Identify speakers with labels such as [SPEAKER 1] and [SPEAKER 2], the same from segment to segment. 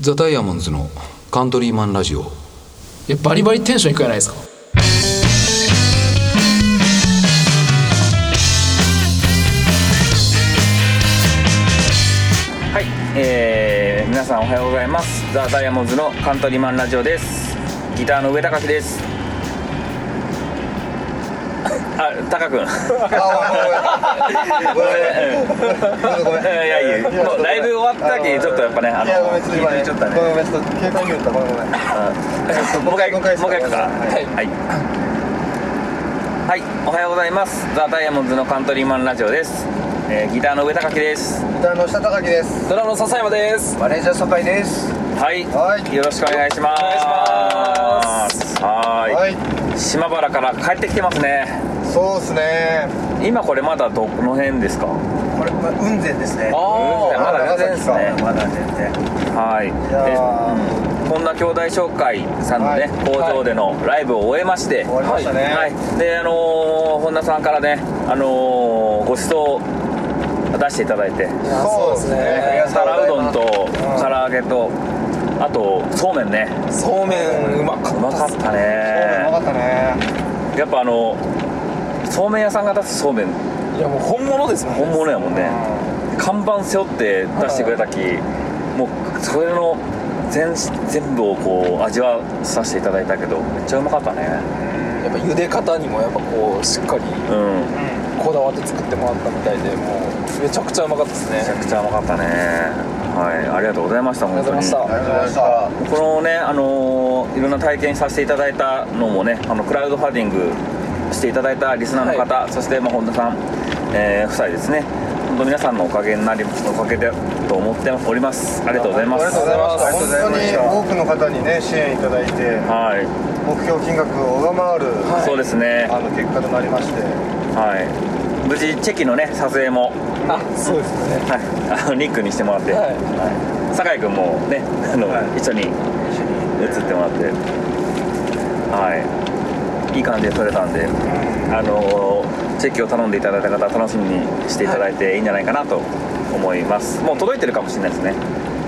[SPEAKER 1] ザ・ダイヤモンズのカントリーマンラジオ
[SPEAKER 2] いやバリバリテンションいくじゃないですか
[SPEAKER 3] はい、えー、皆さんおはようございますザ・ダイヤモンズのカントリーマンラジオですギターの上高木ですあ、タカ君
[SPEAKER 4] ごめんごめん
[SPEAKER 3] いやいやもうライブ終わった時ちょっとやっぱねあ
[SPEAKER 4] いやごめんちょっと今
[SPEAKER 3] の
[SPEAKER 4] ね
[SPEAKER 3] ちょっとね
[SPEAKER 4] ごめんごめんちょっと警戒見えたごめんごめん
[SPEAKER 3] もう一回も
[SPEAKER 4] も
[SPEAKER 3] う
[SPEAKER 4] う
[SPEAKER 3] 一回
[SPEAKER 4] 一回
[SPEAKER 3] もう一回行くか
[SPEAKER 4] はい
[SPEAKER 3] はい、はい、おはようございますザ・ダイヤモンズのカントリーマンラジオです、えーギターの上高木です
[SPEAKER 4] ギターの下高木です
[SPEAKER 2] ドラムの笹山です
[SPEAKER 4] マネージャー初回です
[SPEAKER 3] はい、
[SPEAKER 4] はい
[SPEAKER 3] よろしくお願いします
[SPEAKER 2] お願いし
[SPEAKER 3] ますはい
[SPEAKER 4] はい
[SPEAKER 3] 島原から帰ってきてますね
[SPEAKER 4] そうですね
[SPEAKER 3] 今これまだどの辺ですか
[SPEAKER 4] これまあ雲仙ですね
[SPEAKER 3] ーまだ全然ですね
[SPEAKER 4] まだ全然
[SPEAKER 3] はい
[SPEAKER 4] や
[SPEAKER 3] えこんな兄弟紹介さんのね、
[SPEAKER 4] はい
[SPEAKER 3] 工場でのライブを終えまして、
[SPEAKER 4] 終わりましたね
[SPEAKER 3] はい、であのー本田さんからね、あのーご馳走を出していただいて
[SPEAKER 4] そうですねありがとうございます
[SPEAKER 3] 皿うどんと
[SPEAKER 4] ん
[SPEAKER 3] 唐揚げとあとそうめんね
[SPEAKER 2] そうめんうまか
[SPEAKER 3] うまかったね
[SPEAKER 4] うまかったね
[SPEAKER 3] やっぱあのそうめん屋さんが出すそうめん
[SPEAKER 2] いやもう本物ですね
[SPEAKER 3] 本物やもんね看板背負って出してくれたきもうそれの全全部をこう味わわさせていただいたけどめっちゃうまかったね
[SPEAKER 2] やっぱ茹で方にもやっぱこうしっかり
[SPEAKER 3] うんめ
[SPEAKER 2] こだわって作ってもらったみたいでもうめちゃくちゃうまかったですね
[SPEAKER 3] ちゃくちゃうまかったねはいありがとうございました
[SPEAKER 2] ありが
[SPEAKER 3] 本
[SPEAKER 2] とう
[SPEAKER 3] 当
[SPEAKER 2] ございま
[SPEAKER 3] に
[SPEAKER 2] した
[SPEAKER 4] ありがとうございました
[SPEAKER 3] このねあのーいろんな体験させていただいたのもねあのクラウドファンディングしていただいたリスナーの方、そしてまあ本田さん、えー夫妻ですね本当皆さんのおかげになりおかげでと思っておりますありがとうございま
[SPEAKER 4] あり
[SPEAKER 3] す
[SPEAKER 4] がとうございました本当
[SPEAKER 2] あり
[SPEAKER 4] に
[SPEAKER 2] が
[SPEAKER 4] 多くの方にね支援いただいて
[SPEAKER 3] はい、
[SPEAKER 4] 目標金額を上回る
[SPEAKER 2] はい
[SPEAKER 3] そうですね
[SPEAKER 4] あの結果となりまして
[SPEAKER 3] はい無事チェキのね撮影も、
[SPEAKER 2] あそうですね
[SPEAKER 3] はい、あのニックにしてもらって、
[SPEAKER 2] はい
[SPEAKER 3] はい酒井君もねあの、一緒に映ってもらってはいいい感じで撮れたんで、あのチェキを頼んでいただいた方楽しみにしていただいていいんじゃないかなと思います、もう届いてるかもしれないですね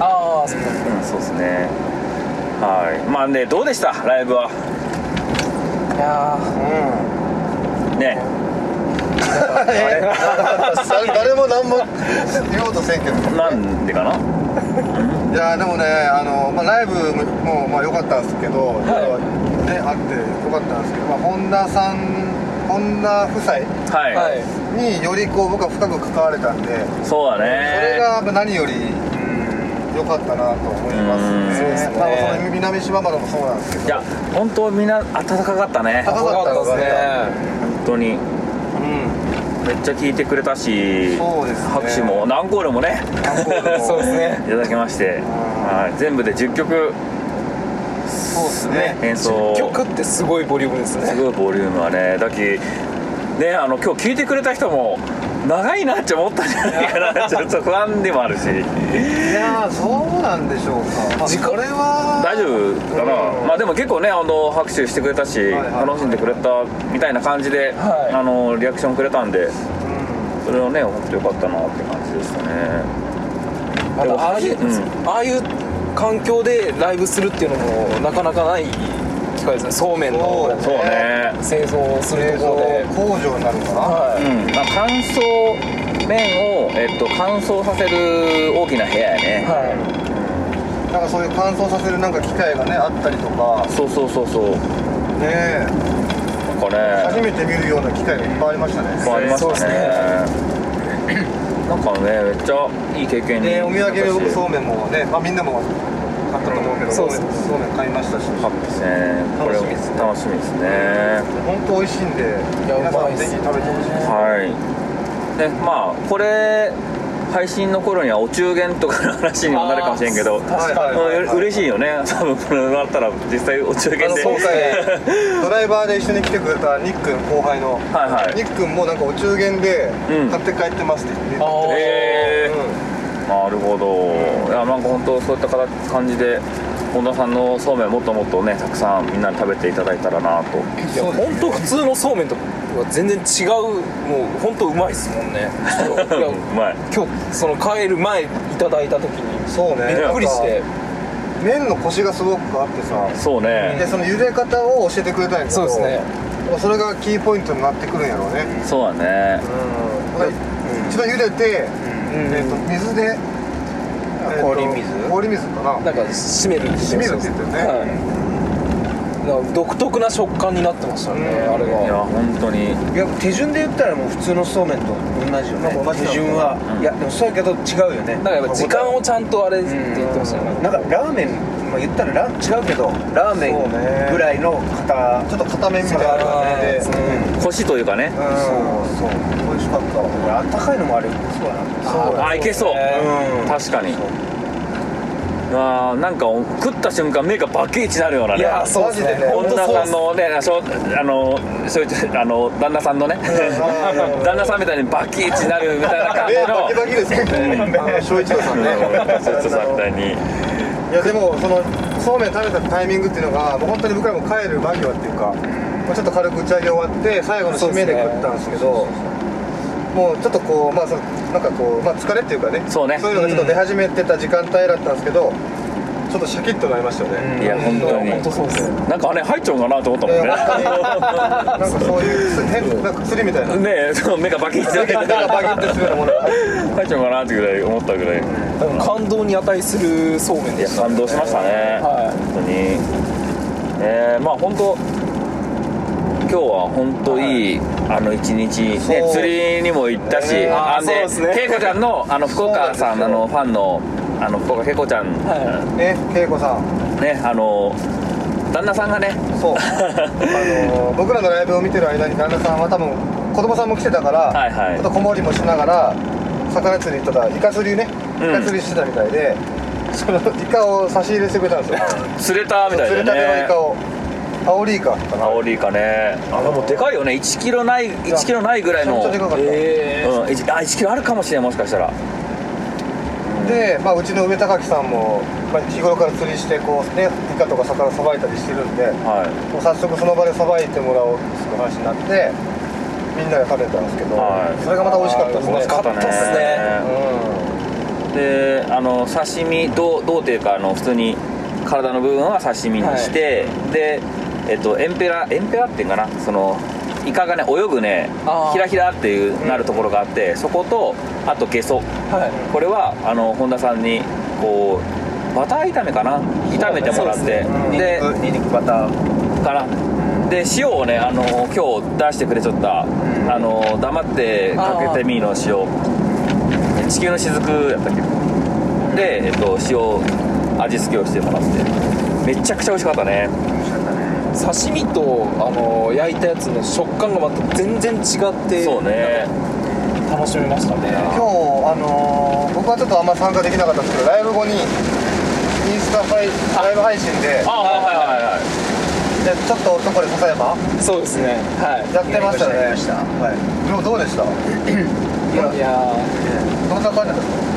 [SPEAKER 2] ああそうか
[SPEAKER 3] うんそうですねはいまあねどうでしたライブはい
[SPEAKER 2] や
[SPEAKER 4] うん
[SPEAKER 3] ね
[SPEAKER 4] 誰も何も言おうとせんけど
[SPEAKER 3] なんでかない
[SPEAKER 4] やでもねあの、まあ、ライブもまあ良かったんですけど、ねあって良かったんですけど、まあ、本田さん本田夫妻
[SPEAKER 3] はい、
[SPEAKER 2] ーはい
[SPEAKER 4] によりこう僕は深く関われたんで、
[SPEAKER 3] そうだね
[SPEAKER 4] それがまあ何より良かったなと思います
[SPEAKER 3] うん
[SPEAKER 4] ね
[SPEAKER 3] そう
[SPEAKER 2] ですね
[SPEAKER 4] まあ、その南島原もそうなんですけど
[SPEAKER 3] いや本当みんな温かかったね
[SPEAKER 4] 温
[SPEAKER 2] うまかったですね
[SPEAKER 3] 本当にめっちゃ聞いてくれたし
[SPEAKER 4] そうですね
[SPEAKER 3] 拍手も何コールもね
[SPEAKER 4] 何コールも
[SPEAKER 2] そうですね
[SPEAKER 3] いただきましてはい全部で10曲
[SPEAKER 4] そうですね
[SPEAKER 3] 演奏
[SPEAKER 2] 曲ってすごいボリュームです
[SPEAKER 3] す
[SPEAKER 2] ね
[SPEAKER 3] ごいボリュームはねだきねあの今日聞いてくれた人も長いなって思ったんじゃないか なちょっと不安でもあるし
[SPEAKER 4] いやーそうなんでしょうか、まあ、
[SPEAKER 2] 時間
[SPEAKER 4] これは
[SPEAKER 3] 大丈夫かな、
[SPEAKER 4] うん
[SPEAKER 3] まあでも結構ねあの拍手してくれたし、
[SPEAKER 4] はいはい
[SPEAKER 3] 楽しんでくれたみたいな感じで、
[SPEAKER 2] はい
[SPEAKER 3] あのリアクションくれたんで
[SPEAKER 4] うん
[SPEAKER 3] それはね本当良かったなって感じでしたね
[SPEAKER 2] あのああいう、
[SPEAKER 3] う
[SPEAKER 2] ああいう環境でライブするっていうのもなかなかない機会ですねそうめんの
[SPEAKER 3] そうね、
[SPEAKER 2] 製造をする
[SPEAKER 4] 製
[SPEAKER 2] と
[SPEAKER 4] 造
[SPEAKER 2] ころで
[SPEAKER 4] 工場になるのかな
[SPEAKER 2] は
[SPEAKER 3] うんまあ、乾燥麺を、えっと、乾燥させる大きな部屋や
[SPEAKER 2] い、
[SPEAKER 3] ね、
[SPEAKER 2] は
[SPEAKER 4] なんかそういう乾燥させるなんか機械がねあったりとか
[SPEAKER 3] そうそうそうそう
[SPEAKER 4] ねえ
[SPEAKER 3] なんか
[SPEAKER 4] 初
[SPEAKER 3] ね
[SPEAKER 4] めて見るような機械がいっぱいありましたね
[SPEAKER 3] いっぱいありま
[SPEAKER 2] そうで
[SPEAKER 3] し
[SPEAKER 2] す
[SPEAKER 3] たね
[SPEAKER 2] ね
[SPEAKER 3] なんかねめっちゃいい経験に
[SPEAKER 4] でお土
[SPEAKER 3] なったし
[SPEAKER 4] 産そうめんもね、まあ、みんなも買ったと思うけど
[SPEAKER 2] そうです
[SPEAKER 4] そうめん買いましたし
[SPEAKER 3] ハッピーですねこれ
[SPEAKER 4] 楽しみですね
[SPEAKER 3] 楽しみですね
[SPEAKER 4] 本当美味しいんで
[SPEAKER 2] や
[SPEAKER 4] 皆さ
[SPEAKER 2] うまい
[SPEAKER 4] ん
[SPEAKER 2] っ
[SPEAKER 4] ぜ
[SPEAKER 2] す
[SPEAKER 4] ひ食べてほしいです
[SPEAKER 3] はいでまあこれ配信の頃にはお中元とかの話にもなるかもしれんけど
[SPEAKER 2] あー確
[SPEAKER 4] は
[SPEAKER 2] か
[SPEAKER 4] い
[SPEAKER 2] に、
[SPEAKER 4] は
[SPEAKER 3] うん嬉しいよね 多分これもらったら実際お中元で
[SPEAKER 4] あの今 回ドライバーで一緒に来てくれたニックン後輩の
[SPEAKER 3] はいはい
[SPEAKER 4] ニックンもなんかお中元で
[SPEAKER 3] うん
[SPEAKER 4] 買って帰ってますって言って
[SPEAKER 2] あー
[SPEAKER 3] えー
[SPEAKER 4] う
[SPEAKER 3] なるほど、いやなんか本当そういった形感じで本田さんのそうめんもっともっとねたくさんみんなに食べていただいたらなと
[SPEAKER 2] い、いや本当普通のそうめんとは全然違うもう本当うまいですもんねい や
[SPEAKER 3] うまい
[SPEAKER 2] 今日その帰る前いただいた時に
[SPEAKER 4] んそうね
[SPEAKER 2] びっくりして
[SPEAKER 4] 麺のコシがすごくあってさ
[SPEAKER 3] そうね
[SPEAKER 4] でその茹で方を教えてくれたんやけど
[SPEAKER 2] そうですね
[SPEAKER 4] まあそれがキーポイントになってくるんやろうね
[SPEAKER 3] そうだね
[SPEAKER 4] だから一度茹でて、
[SPEAKER 2] ん
[SPEAKER 4] えーと水で、えーと
[SPEAKER 5] 氷水
[SPEAKER 4] 氷水かな
[SPEAKER 2] なんか締めるって
[SPEAKER 4] 締めるって言ってるね
[SPEAKER 2] はい、なんか独特な食感になってましたね、
[SPEAKER 4] うん
[SPEAKER 2] あれ
[SPEAKER 3] いや
[SPEAKER 2] が
[SPEAKER 3] 本当に
[SPEAKER 5] いや手順で言ったらもう普通のそうめんと同じよね
[SPEAKER 4] なんか同じなの
[SPEAKER 5] 手順は、
[SPEAKER 3] うん
[SPEAKER 5] いやでもそうやけど違うよね
[SPEAKER 2] なんかやっぱ時間をちゃんとあれって
[SPEAKER 5] うん
[SPEAKER 2] 言ってましたよね、
[SPEAKER 5] なんかラーメン、まあ、言ったらラ違うけどラーメ
[SPEAKER 4] そうね
[SPEAKER 5] ンぐらいの方
[SPEAKER 4] ちょっと固めみたいな感じで
[SPEAKER 2] そ
[SPEAKER 4] そうう
[SPEAKER 3] 腰というかね
[SPEAKER 4] そう美味しかったわ
[SPEAKER 5] あったかいのもあるそうやな
[SPEAKER 4] そう
[SPEAKER 3] あいけそう
[SPEAKER 5] うん
[SPEAKER 3] 確かにあーなんか食った瞬間目がバケイチになるようなね
[SPEAKER 2] いやそうです
[SPEAKER 4] マ
[SPEAKER 2] ね
[SPEAKER 4] ジでね
[SPEAKER 2] 本当
[SPEAKER 3] 女
[SPEAKER 2] そう
[SPEAKER 3] さ
[SPEAKER 2] っ
[SPEAKER 3] ん
[SPEAKER 2] す
[SPEAKER 3] のねしょあのそういうあの旦那さんのね旦那さんみたいにバキイチになるみたいな感じ
[SPEAKER 4] 目
[SPEAKER 3] の
[SPEAKER 4] バキバキですねあの翔一郎さんね
[SPEAKER 3] そうそうそうみたいに
[SPEAKER 4] いやでもそのそうめん食べたタイミングっていうのがもう本当に僕らも帰る間際っていうか、もうちょっと軽く打ち上げ終わって最後の締めで食ったんですけどもうちょっとこうまあそのなんかこう、まあ、疲れっていうかね
[SPEAKER 3] そうね
[SPEAKER 4] いうのがちょっと出始めてた時間帯だったんですけどちょっとシャキッとなりましたよね、
[SPEAKER 3] いや本当に
[SPEAKER 2] 本当そうですね
[SPEAKER 3] なんかあれ入っちゃうかなと思ったも
[SPEAKER 4] え
[SPEAKER 3] ん
[SPEAKER 4] ー
[SPEAKER 3] ね
[SPEAKER 4] 本当になんかそういう薬変なんか 薬みたいな
[SPEAKER 3] ねえそう目がバキイチになって
[SPEAKER 4] 手がバキッてするようなものが
[SPEAKER 3] 入っちゃうかなってぐらい思ったぐらい
[SPEAKER 2] でも感動に値するそうめん
[SPEAKER 3] い
[SPEAKER 2] で
[SPEAKER 3] や
[SPEAKER 2] した
[SPEAKER 3] 感動しましたね、
[SPEAKER 2] はい
[SPEAKER 3] 本当にえー、まあ本当今日は本当いい、あの一日、ね、
[SPEAKER 4] そう
[SPEAKER 3] 釣りにも行ったし、
[SPEAKER 4] えー
[SPEAKER 3] あん
[SPEAKER 2] そうですね
[SPEAKER 3] 恵子ちゃんのあの福岡さん
[SPEAKER 4] そうなんですよ
[SPEAKER 3] あのファンのあの福岡恵子ちゃん、
[SPEAKER 2] は
[SPEAKER 4] ね恵子さん
[SPEAKER 3] ねあの旦那さんがね
[SPEAKER 4] そうあの僕らのライブを見てる間に旦那さんは多分子供さんも来てたから、
[SPEAKER 3] はいはい
[SPEAKER 4] ちょっと子守りもしながら魚釣りとかイカ釣りねイ
[SPEAKER 3] うん
[SPEAKER 4] カ釣りしてたみたいで、そのイカを差し入れしてくれたん ですよ
[SPEAKER 3] 釣れたみたい
[SPEAKER 4] 釣れ
[SPEAKER 3] で
[SPEAKER 4] たてのイ
[SPEAKER 3] ね
[SPEAKER 4] カをアオリイカかな
[SPEAKER 3] アオリイカねあでもでかいよね1キロない1キロないぐらいの
[SPEAKER 4] めちゃめちゃでかかっ
[SPEAKER 2] い
[SPEAKER 4] た、
[SPEAKER 2] え
[SPEAKER 3] うん、1, あ1キロあるかもしれんもしかしたら
[SPEAKER 4] で、まあ、うちの梅高木さんも、まあ、日頃から釣りしてこうねイカとか魚さばいたりしてるんで
[SPEAKER 3] は
[SPEAKER 4] もう早速その場でさばいてもらおうっていう話になってみんなで食べたんですけど、
[SPEAKER 3] はい
[SPEAKER 4] それがまた美味しかったです
[SPEAKER 2] あー美
[SPEAKER 4] ね
[SPEAKER 2] 味しかった
[SPEAKER 3] い
[SPEAKER 2] っすね
[SPEAKER 4] うん
[SPEAKER 3] であの刺身どうどうというかあの普通に体の部分は刺身にして、でえっとエンペラエンペラっていうかなそのイカがね泳ぐね
[SPEAKER 2] あー
[SPEAKER 3] ひらひらっていうなるところがあって、そことあとゲソ
[SPEAKER 2] ーはい
[SPEAKER 3] これはあの本田さんにこうバター炒めかな炒めてもらって
[SPEAKER 2] そうで
[SPEAKER 3] で,、
[SPEAKER 2] す
[SPEAKER 5] ニンニクバター
[SPEAKER 3] かなで塩をねあの今日出してくれちゃった、あの黙ってかけてみーの塩地球の雫やったっけで、えっと、塩味付けをしてもらってめちゃくちゃ美味しかったね
[SPEAKER 2] 刺身とあの焼いたやつの食感がまた全然違って
[SPEAKER 3] そうね
[SPEAKER 2] 楽しめました
[SPEAKER 4] 今
[SPEAKER 2] ね
[SPEAKER 4] 日あのー僕はちょっとあんま参加できなかったんですけどライブ後にインスタ配ライブ配信で
[SPEAKER 3] あはいはいはいはい
[SPEAKER 4] でちょっと男で笹山
[SPEAKER 2] そうですねは
[SPEAKER 4] やってました
[SPEAKER 5] やり
[SPEAKER 4] ね
[SPEAKER 5] ましたはい
[SPEAKER 4] でもどうでした
[SPEAKER 2] いいやいや
[SPEAKER 4] どんな感じだったんです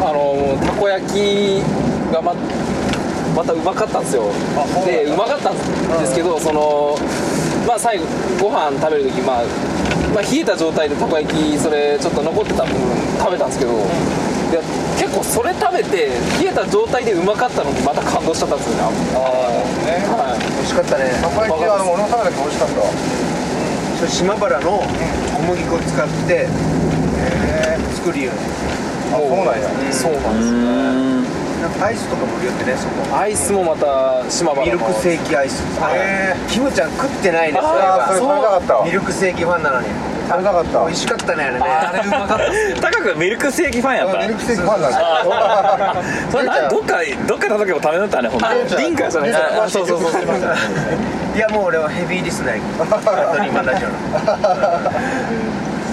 [SPEAKER 2] あのたこ焼きがままたうまかったんですよ
[SPEAKER 4] あそうなんだ
[SPEAKER 2] でうまかったんですけど、そのまあ最後ご飯食べる時、まあ、まあ冷えた状態でたこ焼きそれちょっと残ってた部分食べたんですけど、いや結構それ食べて冷えた状態でうまかったのにまた感動しちゃったんですよね
[SPEAKER 4] かね
[SPEAKER 2] は
[SPEAKER 4] 美味しかったねたこ焼きはあの俺の中でも美味しかったわ
[SPEAKER 5] それ島原の小麦粉を使って
[SPEAKER 4] へえ
[SPEAKER 5] 作るよね
[SPEAKER 4] あそうなんや
[SPEAKER 2] いそうなんですよ
[SPEAKER 5] なんかアイスとかも売るよねそこ
[SPEAKER 2] アイスもまた島原の
[SPEAKER 5] ミルクセーキアイス
[SPEAKER 4] あへえ
[SPEAKER 5] キムちゃん食ってないです
[SPEAKER 4] あーそれ食べたかったわ
[SPEAKER 5] ミ
[SPEAKER 4] 食
[SPEAKER 5] ルクセーキファンなのに
[SPEAKER 4] べたかった
[SPEAKER 5] 美味しかったねあれね
[SPEAKER 2] あれうまかった っす
[SPEAKER 3] タカ君ミルクセーキファンやっ
[SPEAKER 4] ミルク
[SPEAKER 3] た
[SPEAKER 4] セーキファンなんだ
[SPEAKER 3] それな
[SPEAKER 4] ゆうちゃん
[SPEAKER 3] どっかどっかの時も食べだったねほんと
[SPEAKER 4] ゆうちゃん
[SPEAKER 2] リンカーじゃないですか
[SPEAKER 3] あそうそうそうそう
[SPEAKER 5] いやもう俺はヘビーリスナーに カントリーマンラジオの
[SPEAKER 4] そ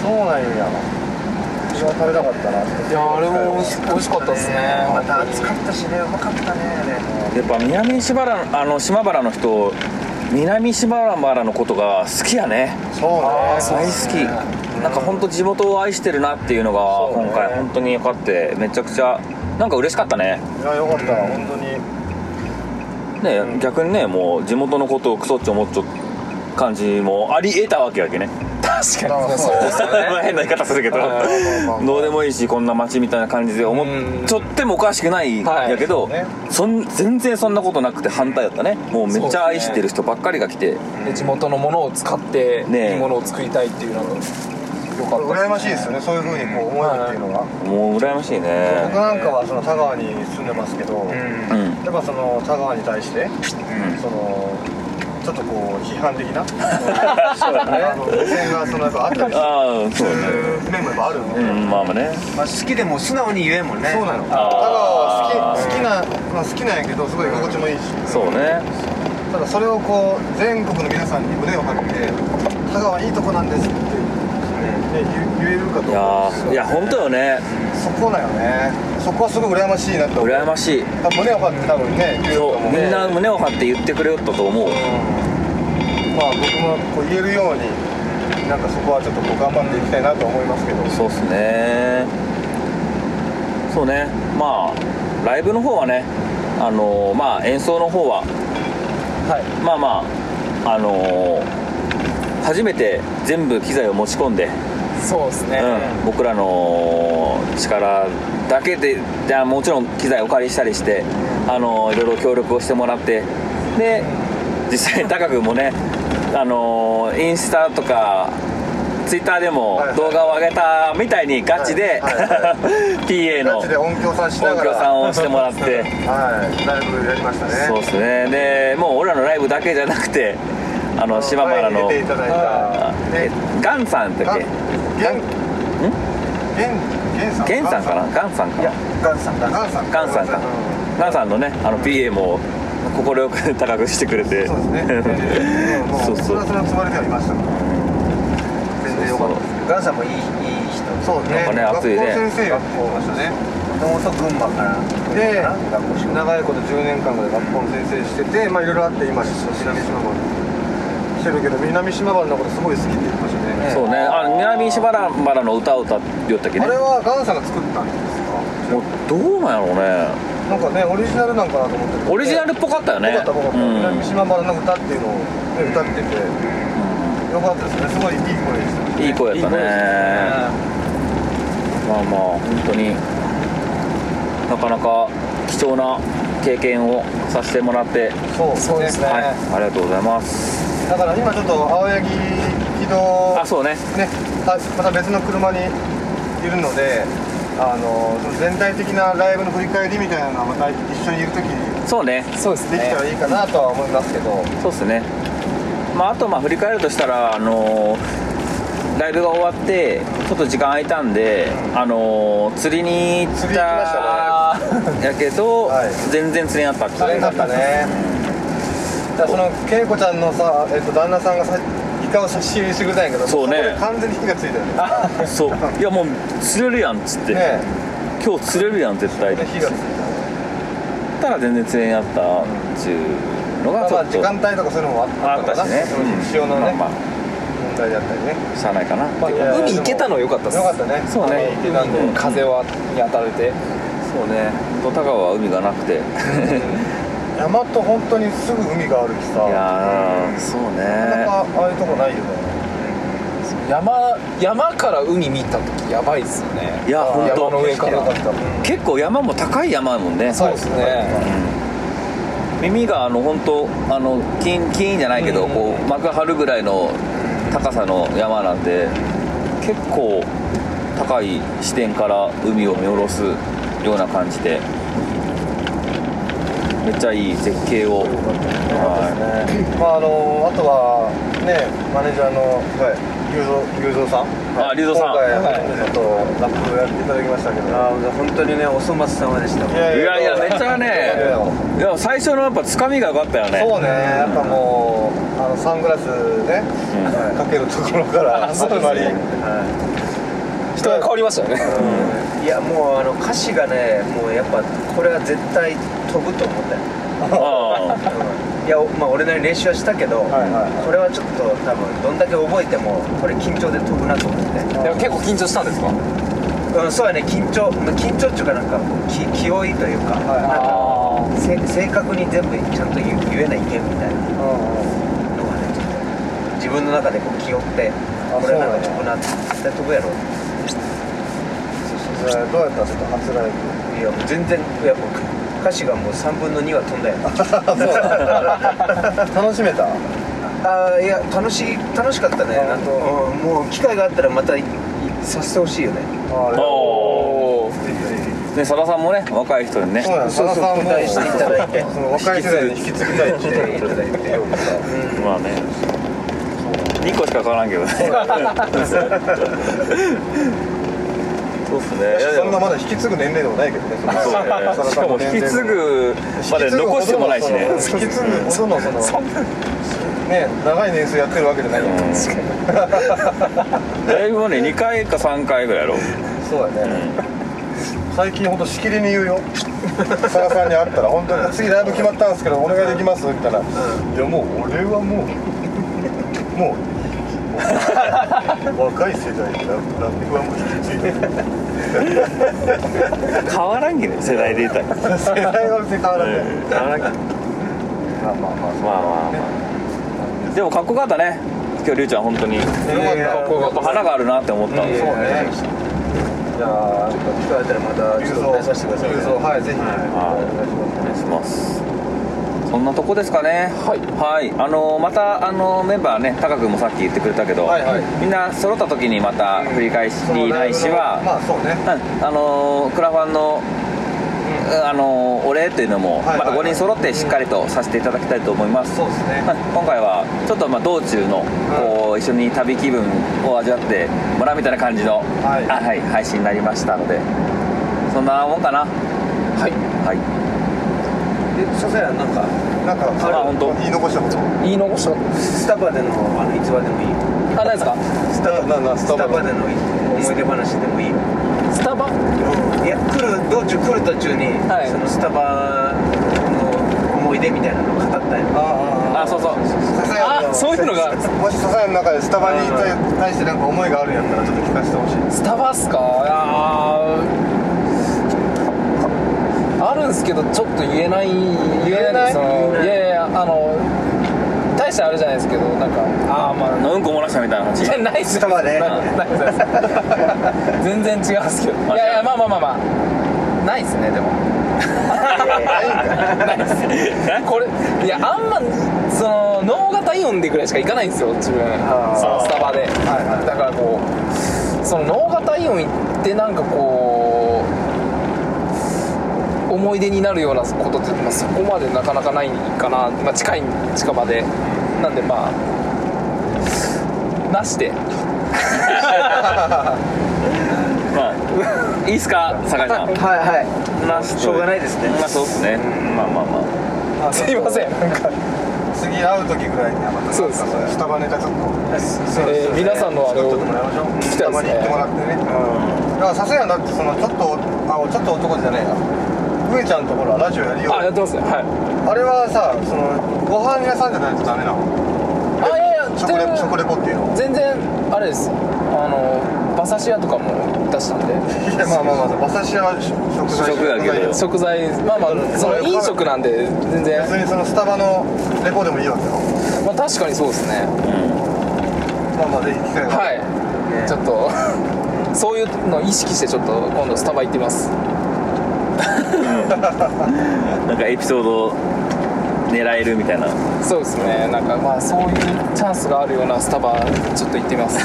[SPEAKER 4] うなんや一番食べたかったない
[SPEAKER 2] いやあれも美味し美味しかったですね
[SPEAKER 5] また暑かったしねうまかったねあ
[SPEAKER 3] やっぱ南島原あの島原の人南島原のことが好きやね
[SPEAKER 4] そうね
[SPEAKER 3] 大好きなんか本当地元を愛してるなっていうのが
[SPEAKER 4] そうね
[SPEAKER 3] 今回本当に分かってめちゃくちゃなんか嬉しかったね
[SPEAKER 4] いやよかった本当に
[SPEAKER 3] ね逆にねもう地元のことをクソって思っちゃう感じもあり得たわけやけね
[SPEAKER 2] 確かに
[SPEAKER 4] そう
[SPEAKER 2] そうですよね
[SPEAKER 3] 変な言い方するけど
[SPEAKER 2] は
[SPEAKER 3] どうでもいいしこんな街みたいな感じで思
[SPEAKER 2] うん
[SPEAKER 3] っちょってもおかしくない
[SPEAKER 2] はい
[SPEAKER 3] やけど、
[SPEAKER 4] ね
[SPEAKER 3] そん全然そんなことなくて反対だったねもうめっちゃ愛してる人ばっかりが来て、
[SPEAKER 2] で地元のものを使って
[SPEAKER 3] ねえ
[SPEAKER 2] いいものを作りたいっていうのがよかった
[SPEAKER 4] 羨ましいですよねそういうふうにこう思えるっていうのが
[SPEAKER 3] もう羨ましい
[SPEAKER 4] 僕
[SPEAKER 3] ね
[SPEAKER 4] なんかはその田川に住んでますけど、
[SPEAKER 3] う
[SPEAKER 4] や
[SPEAKER 3] ん
[SPEAKER 4] っぱその田川に対して、そのちょっとこう批判的 な、そうだね、あの目線がそのやっぱあったりす
[SPEAKER 3] ああそうね
[SPEAKER 4] る面もやっぱあるので、
[SPEAKER 3] うんまあまあね
[SPEAKER 5] まあ、好きでも素直に言えんもんね
[SPEAKER 4] そうなの田川
[SPEAKER 3] あ
[SPEAKER 4] は
[SPEAKER 3] ー
[SPEAKER 4] 好き好きな、まあ、好きなんやけどすごい居心地もいいし
[SPEAKER 3] そうね
[SPEAKER 4] ただそれをこう全国の皆さんに胸を張って「田川いいとこなんです」って、ね、言言えるか
[SPEAKER 3] い
[SPEAKER 4] と
[SPEAKER 3] や
[SPEAKER 4] 思うんですけど
[SPEAKER 3] ーいや本当よね
[SPEAKER 4] そこだよねそこはすごく羨ましいなと思う
[SPEAKER 3] 羨ましい
[SPEAKER 4] 多分胸を張って多分ね言えると
[SPEAKER 3] そう
[SPEAKER 4] 思う
[SPEAKER 3] みんな胸を張って言ってくれよったと思う
[SPEAKER 4] まあ僕もこう言えるようになんかそこはちょっとこう頑張っていきたいなと思いますけど
[SPEAKER 3] そうっすねそうねまあライブの方はねあのーまあ演奏の方は
[SPEAKER 2] はい
[SPEAKER 3] まあまああのー初めて全部機材を持ち込んで、
[SPEAKER 2] そうですね、
[SPEAKER 3] うん、僕らの力だけでじゃあもちろん機材お借りしたりして、あのーいろいろ協力をしてもらってで実 際に高君もね、あのーインスタとかツイッターでも
[SPEAKER 4] はいはい
[SPEAKER 3] 動画を上げたみたいにガチで、
[SPEAKER 4] はいは
[SPEAKER 3] PA の
[SPEAKER 4] ガチで
[SPEAKER 3] 音
[SPEAKER 4] 音響さんしながら
[SPEAKER 3] 響さんをしてもらって。
[SPEAKER 4] はいライブやりましたね
[SPEAKER 3] そうですねでもう俺らのライブだけじゃなくてあの島原の
[SPEAKER 4] 前に出ていただい
[SPEAKER 3] あ
[SPEAKER 4] た
[SPEAKER 3] え
[SPEAKER 4] ね
[SPEAKER 3] ガンさんだ
[SPEAKER 4] ガ
[SPEAKER 3] っ
[SPEAKER 4] ン
[SPEAKER 3] け
[SPEAKER 4] ゲンゲンゲンさん
[SPEAKER 3] ゲンさんかなガンさんか
[SPEAKER 5] いや
[SPEAKER 3] な
[SPEAKER 5] ガンさんガンさん
[SPEAKER 4] ガンさん
[SPEAKER 3] ガンさんかガンさんのねあの PA も快く高くしてくれて
[SPEAKER 4] そうですね うんも
[SPEAKER 3] そうう
[SPEAKER 4] そ
[SPEAKER 3] そ
[SPEAKER 4] れは
[SPEAKER 3] う
[SPEAKER 4] それはつまりではいました全然よかった
[SPEAKER 5] ガンさんもいいいい人
[SPEAKER 4] そうですね
[SPEAKER 3] なんかね熱いね
[SPEAKER 4] 学校先生やってましたね
[SPEAKER 5] もともと群馬から
[SPEAKER 4] で
[SPEAKER 5] 学校し
[SPEAKER 4] 長いこと10年間ぐらい学校の先生しててまあいろいろあって今南島原にしてるけど南島原のことすごい好きって言ってましたね
[SPEAKER 3] そうねあ南島原の歌を歌ってよったっけね
[SPEAKER 4] あれはガンさんが作ったんですか
[SPEAKER 3] もうどうなんやろうね
[SPEAKER 4] なんかねオリジナルなんかなと思ってて
[SPEAKER 3] オリジナルっぽかったよね
[SPEAKER 4] よかったよかった、
[SPEAKER 3] うん
[SPEAKER 4] 南島原の歌っていうのを、ね、歌っててよかったですねすごいいい声でした
[SPEAKER 3] いい子やったねまあまあ本当になかなか貴重な経験をさせてもらって、
[SPEAKER 4] そうそうですね
[SPEAKER 3] はい、ありがとうございます
[SPEAKER 4] だから今ちょっと青柳軌道
[SPEAKER 3] あそうね
[SPEAKER 4] ね、あまた別の車にいるので、あのその全体的なライブの振り返りみたいなのはまた一緒にいるときに
[SPEAKER 3] そうね
[SPEAKER 2] そうです
[SPEAKER 4] でき
[SPEAKER 2] ね
[SPEAKER 4] たらいいかなとは思いますけど、
[SPEAKER 3] そうっすねまああとまあ振り返るとしたらあのーライブが終わってちょっと時間空いたんで、あのー釣りに行った
[SPEAKER 4] 釣り行
[SPEAKER 3] やけど、
[SPEAKER 4] はい
[SPEAKER 3] 全然釣れなかった
[SPEAKER 4] 大変だったね。だからその恵子ちゃんのさ、えっと旦那さんがさイカを差し入れしてくれたんやけど、
[SPEAKER 3] そうね
[SPEAKER 4] こで完全に火がついたよね。
[SPEAKER 3] そういやもう釣れるやんっつって、
[SPEAKER 4] ね、
[SPEAKER 3] 今日釣れるやん絶対
[SPEAKER 4] で火がつい
[SPEAKER 3] ったら全然釣れなかったっていうの
[SPEAKER 4] た。
[SPEAKER 3] が
[SPEAKER 4] まあ
[SPEAKER 3] ち
[SPEAKER 4] ま
[SPEAKER 3] ょ
[SPEAKER 4] あ
[SPEAKER 3] っ
[SPEAKER 4] 時
[SPEAKER 3] と
[SPEAKER 4] 間帯とかそういうのもあ
[SPEAKER 3] あ
[SPEAKER 4] っ
[SPEAKER 3] った
[SPEAKER 4] の
[SPEAKER 3] たし
[SPEAKER 4] かな。
[SPEAKER 3] ね
[SPEAKER 4] その潮のね、
[SPEAKER 3] まあま
[SPEAKER 4] 問題であったりね。
[SPEAKER 3] あしゃあないかな
[SPEAKER 2] まあでも海行けたのは良かったです
[SPEAKER 4] よかったね。
[SPEAKER 3] そうね
[SPEAKER 4] 海行けたんで
[SPEAKER 3] うん
[SPEAKER 2] 風はに当たれて
[SPEAKER 3] そうね本当高尾は海がなく て
[SPEAKER 4] 山と本当にすぐ海がある
[SPEAKER 3] い
[SPEAKER 4] きさ、
[SPEAKER 3] やーそう
[SPEAKER 4] なかな
[SPEAKER 3] ね
[SPEAKER 4] かああいうとこないよね。
[SPEAKER 2] 山山から海見た時やばいですよね
[SPEAKER 3] いや本
[SPEAKER 2] 山の
[SPEAKER 3] 当
[SPEAKER 2] 上から
[SPEAKER 4] よかった。
[SPEAKER 3] 結構山も高い山やもんね
[SPEAKER 2] そうですね
[SPEAKER 3] 耳があの本当あの金金じゃないけど、
[SPEAKER 2] うん
[SPEAKER 3] こう幕張るぐらいの高さの山なんで結構高い視点から海を見下ろすような感じでめっちゃいい絶景を、は
[SPEAKER 4] まああのあとはねマネージャーの雄三雄三さん
[SPEAKER 3] あ龍造さん
[SPEAKER 4] 今回
[SPEAKER 2] はい
[SPEAKER 4] ちょっとラップやっていただきましたけど
[SPEAKER 5] ああ本当にねお粗末様でしたも
[SPEAKER 3] い、
[SPEAKER 5] ん
[SPEAKER 3] いやいやめっちゃ
[SPEAKER 4] いやいや
[SPEAKER 3] ねいや最初のやっぱつかみが良かったよね
[SPEAKER 4] そうねやっぱもうあのサングラスねかけるところから
[SPEAKER 2] あそ
[SPEAKER 4] 始
[SPEAKER 2] うですね
[SPEAKER 4] まり
[SPEAKER 2] 人が変わりましたよね
[SPEAKER 5] いやもうあの歌詞がねもうやっぱこれは絶対飛ぶと思ったよ、
[SPEAKER 3] ああ
[SPEAKER 5] いやまあ俺なりに練習はしたけど、
[SPEAKER 4] はいは
[SPEAKER 5] これはちょっと多分どんだけ覚えてもこれ緊張で飛ぶなと思って
[SPEAKER 2] でも結構緊張したんですか
[SPEAKER 5] うんそうやね緊張まあ緊張っていうかなんかき気負いというか,、
[SPEAKER 2] あ
[SPEAKER 5] なんかせ正確に全部ちゃんと言う言えないけんみたいな
[SPEAKER 4] うん
[SPEAKER 5] のがねちょっと自自分の中でこう気負って
[SPEAKER 4] あ
[SPEAKER 5] これはなんか
[SPEAKER 4] そう
[SPEAKER 5] 飛
[SPEAKER 4] な
[SPEAKER 5] ぶな絶対飛ぶやろ
[SPEAKER 4] それどうやったんですか初ライブ
[SPEAKER 5] いやもう全然いやもう歌詞がもう3分の2は飛 んだよ
[SPEAKER 4] 楽しめた
[SPEAKER 5] ああいや楽しい楽しかったね
[SPEAKER 4] あ
[SPEAKER 5] なんか、
[SPEAKER 4] 本
[SPEAKER 5] うんもう機会があったらまたいいさせてほしいよね
[SPEAKER 4] あれ
[SPEAKER 3] お
[SPEAKER 4] ぜひぜひ
[SPEAKER 3] で佐田さんもね若い人にね
[SPEAKER 4] そうなんです
[SPEAKER 5] そうそう
[SPEAKER 4] さんも
[SPEAKER 5] 期待していただいて
[SPEAKER 4] その若い世代に引き継ぎたい
[SPEAKER 5] 来ていただいて
[SPEAKER 3] まあね2個しか買わないけどねそうっすねいやで
[SPEAKER 4] そんな
[SPEAKER 3] も
[SPEAKER 4] まだ引き継ぐ年齢でもないけどね
[SPEAKER 3] そうねしかも引き継ぐまで残してもないしね
[SPEAKER 4] 引き継ぐほどのそのね長い年数やってるわけじゃないから
[SPEAKER 3] ライブはね2回か3回ぐらいやろ
[SPEAKER 4] そうだね最近ほんとしきりに言う よ佐賀さんに会ったら本当に次ライブ決まったんですけどお願いできますみたいな「いやもう俺はもうもう若い世代にララップはもう引き継いで
[SPEAKER 3] 変わらんけど世代で言ったら
[SPEAKER 4] 世代は別に変わらない
[SPEAKER 3] 変わらんけど
[SPEAKER 4] まあまあまあ
[SPEAKER 3] まあまあまあでもかっこよかったね今日りゅうちゃん本当にやっ
[SPEAKER 4] よかった
[SPEAKER 5] かっこ
[SPEAKER 2] よかった
[SPEAKER 3] ぱ花があるなって思ったんですよ
[SPEAKER 4] そうね
[SPEAKER 5] じゃあちょっと機会あったらまた
[SPEAKER 4] 流
[SPEAKER 5] ちょっ
[SPEAKER 4] 蔵
[SPEAKER 5] と出させてくださいね
[SPEAKER 4] はいぜひ
[SPEAKER 3] お願いしますそんなとこですかねはい、あのまたあのメンバーね高くんもさっき言ってくれたけど、
[SPEAKER 4] はいはい
[SPEAKER 3] みんな揃った時にまた振り返し
[SPEAKER 4] そのラ
[SPEAKER 3] な
[SPEAKER 4] イ
[SPEAKER 3] い
[SPEAKER 4] ブ
[SPEAKER 3] し
[SPEAKER 4] の
[SPEAKER 3] は、
[SPEAKER 4] まあそうね
[SPEAKER 3] うんあのクラファンの、あのお礼というのも、
[SPEAKER 4] はいはいはい
[SPEAKER 3] また5人揃ってしっかりとさせていただきたいと思います、
[SPEAKER 4] そうですね
[SPEAKER 3] まあ今回はちょっとまあ道中のこう一緒に旅気分を味わってもらうみたいな感じの、
[SPEAKER 4] はい
[SPEAKER 3] あはい、配信になりましたのでそんなもんかなはい、はい
[SPEAKER 5] でささやんなんか
[SPEAKER 4] なんか
[SPEAKER 3] あ本当
[SPEAKER 4] 言い残したこと
[SPEAKER 2] 言い残したこ
[SPEAKER 5] スタバでのあのいつまでもいい
[SPEAKER 2] とあ何ですか
[SPEAKER 5] スタ
[SPEAKER 4] なな
[SPEAKER 5] バ
[SPEAKER 4] ス
[SPEAKER 5] ス
[SPEAKER 4] タ
[SPEAKER 5] タ
[SPEAKER 4] バ
[SPEAKER 5] バでの思い出話でもいい
[SPEAKER 2] スタバ
[SPEAKER 5] いや来る道中来る途中に、
[SPEAKER 2] はい
[SPEAKER 5] そのスタバの思い出みたいなのを語ったんや
[SPEAKER 4] ああああ
[SPEAKER 2] あそうそう
[SPEAKER 4] 笹谷の
[SPEAKER 2] あそういうのが
[SPEAKER 4] もし笹谷の中でスタバに対してなんか思いがあるんやったらちょっと聞かせてほしい
[SPEAKER 2] スタバっすかああるんすけどちょっと言えない言えないその
[SPEAKER 5] 言えない
[SPEAKER 2] いやいやあの大してあれじゃないですけどなんかああまあ
[SPEAKER 3] うんこ漏らしたみたいな 話
[SPEAKER 2] いやないっす
[SPEAKER 4] スタバで
[SPEAKER 2] ないないっす全然違うんすけどいやいやまあまあまあまあないっすねでもないっすこれいやあんまその脳型イオンでぐらいしか行かないんですよ自分
[SPEAKER 4] あー
[SPEAKER 2] そのスタバで、だからこうその脳型イオン行ってなんかこう思い出になるようなことって、まあ、そこまでなかなかないかな、まあ、近い近場でなんでまあなしで
[SPEAKER 3] まあいいっすか酒井さん
[SPEAKER 5] はいはいまあしょうがないですね
[SPEAKER 3] まあそうっすねまあまあまあ
[SPEAKER 2] すいませんなんか、
[SPEAKER 4] 次会う時ぐらいにはまた
[SPEAKER 2] そうです
[SPEAKER 4] スタバネタちょっと
[SPEAKER 2] えー皆さんのあれ
[SPEAKER 4] 作っと
[SPEAKER 2] を
[SPEAKER 4] ってもらいましょう
[SPEAKER 2] 聞き
[SPEAKER 4] ス
[SPEAKER 2] たい
[SPEAKER 4] タバ
[SPEAKER 2] ですね
[SPEAKER 4] に行ってもらってねだから笹谷だってそのちょっとあちょっと男じゃねえな上ちゃんとほらラジオやりよう
[SPEAKER 2] あやってますねは
[SPEAKER 4] あれはさそのご飯屋さんじゃないとダメなの
[SPEAKER 2] いあいやいや
[SPEAKER 4] チョコレ
[SPEAKER 2] 全然
[SPEAKER 4] チョコレコっていうの
[SPEAKER 2] 全然あれですあの馬刺し屋とかも出したんで
[SPEAKER 4] いやまあまあまあ馬刺しは食
[SPEAKER 3] 食
[SPEAKER 4] 材
[SPEAKER 3] だけど
[SPEAKER 4] 材別
[SPEAKER 2] 食材まあまあその飲食なんで全然、
[SPEAKER 4] にそのスタバのレコでもいいわけよ
[SPEAKER 2] まあ、確かにそうですね
[SPEAKER 4] まあまあぜひ機会が
[SPEAKER 2] はいい、ちょっと そういうのを意識してちょっと今度スタバ行ってみます
[SPEAKER 3] なんかエピソードを狙えるみたいな
[SPEAKER 2] そうですねなんかまあそういうチャンスがあるようなスタバちょっと行ってみます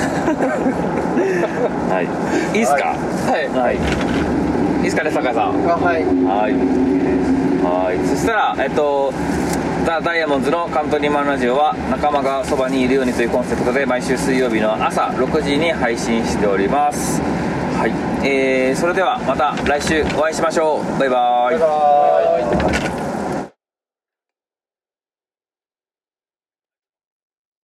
[SPEAKER 3] はいいいっすか
[SPEAKER 2] はい
[SPEAKER 3] はい、い、いっすかね酒井さん
[SPEAKER 5] あはい
[SPEAKER 3] はいはいそしたらえっとザ・ダイヤモンズのカントリーマンラジオは仲間がそばにいるようにというコンセプトで毎週水曜日の朝6時に配信しておりますはい、えー、それではまた来週お会いしましょうバイバイ
[SPEAKER 4] バイバーイ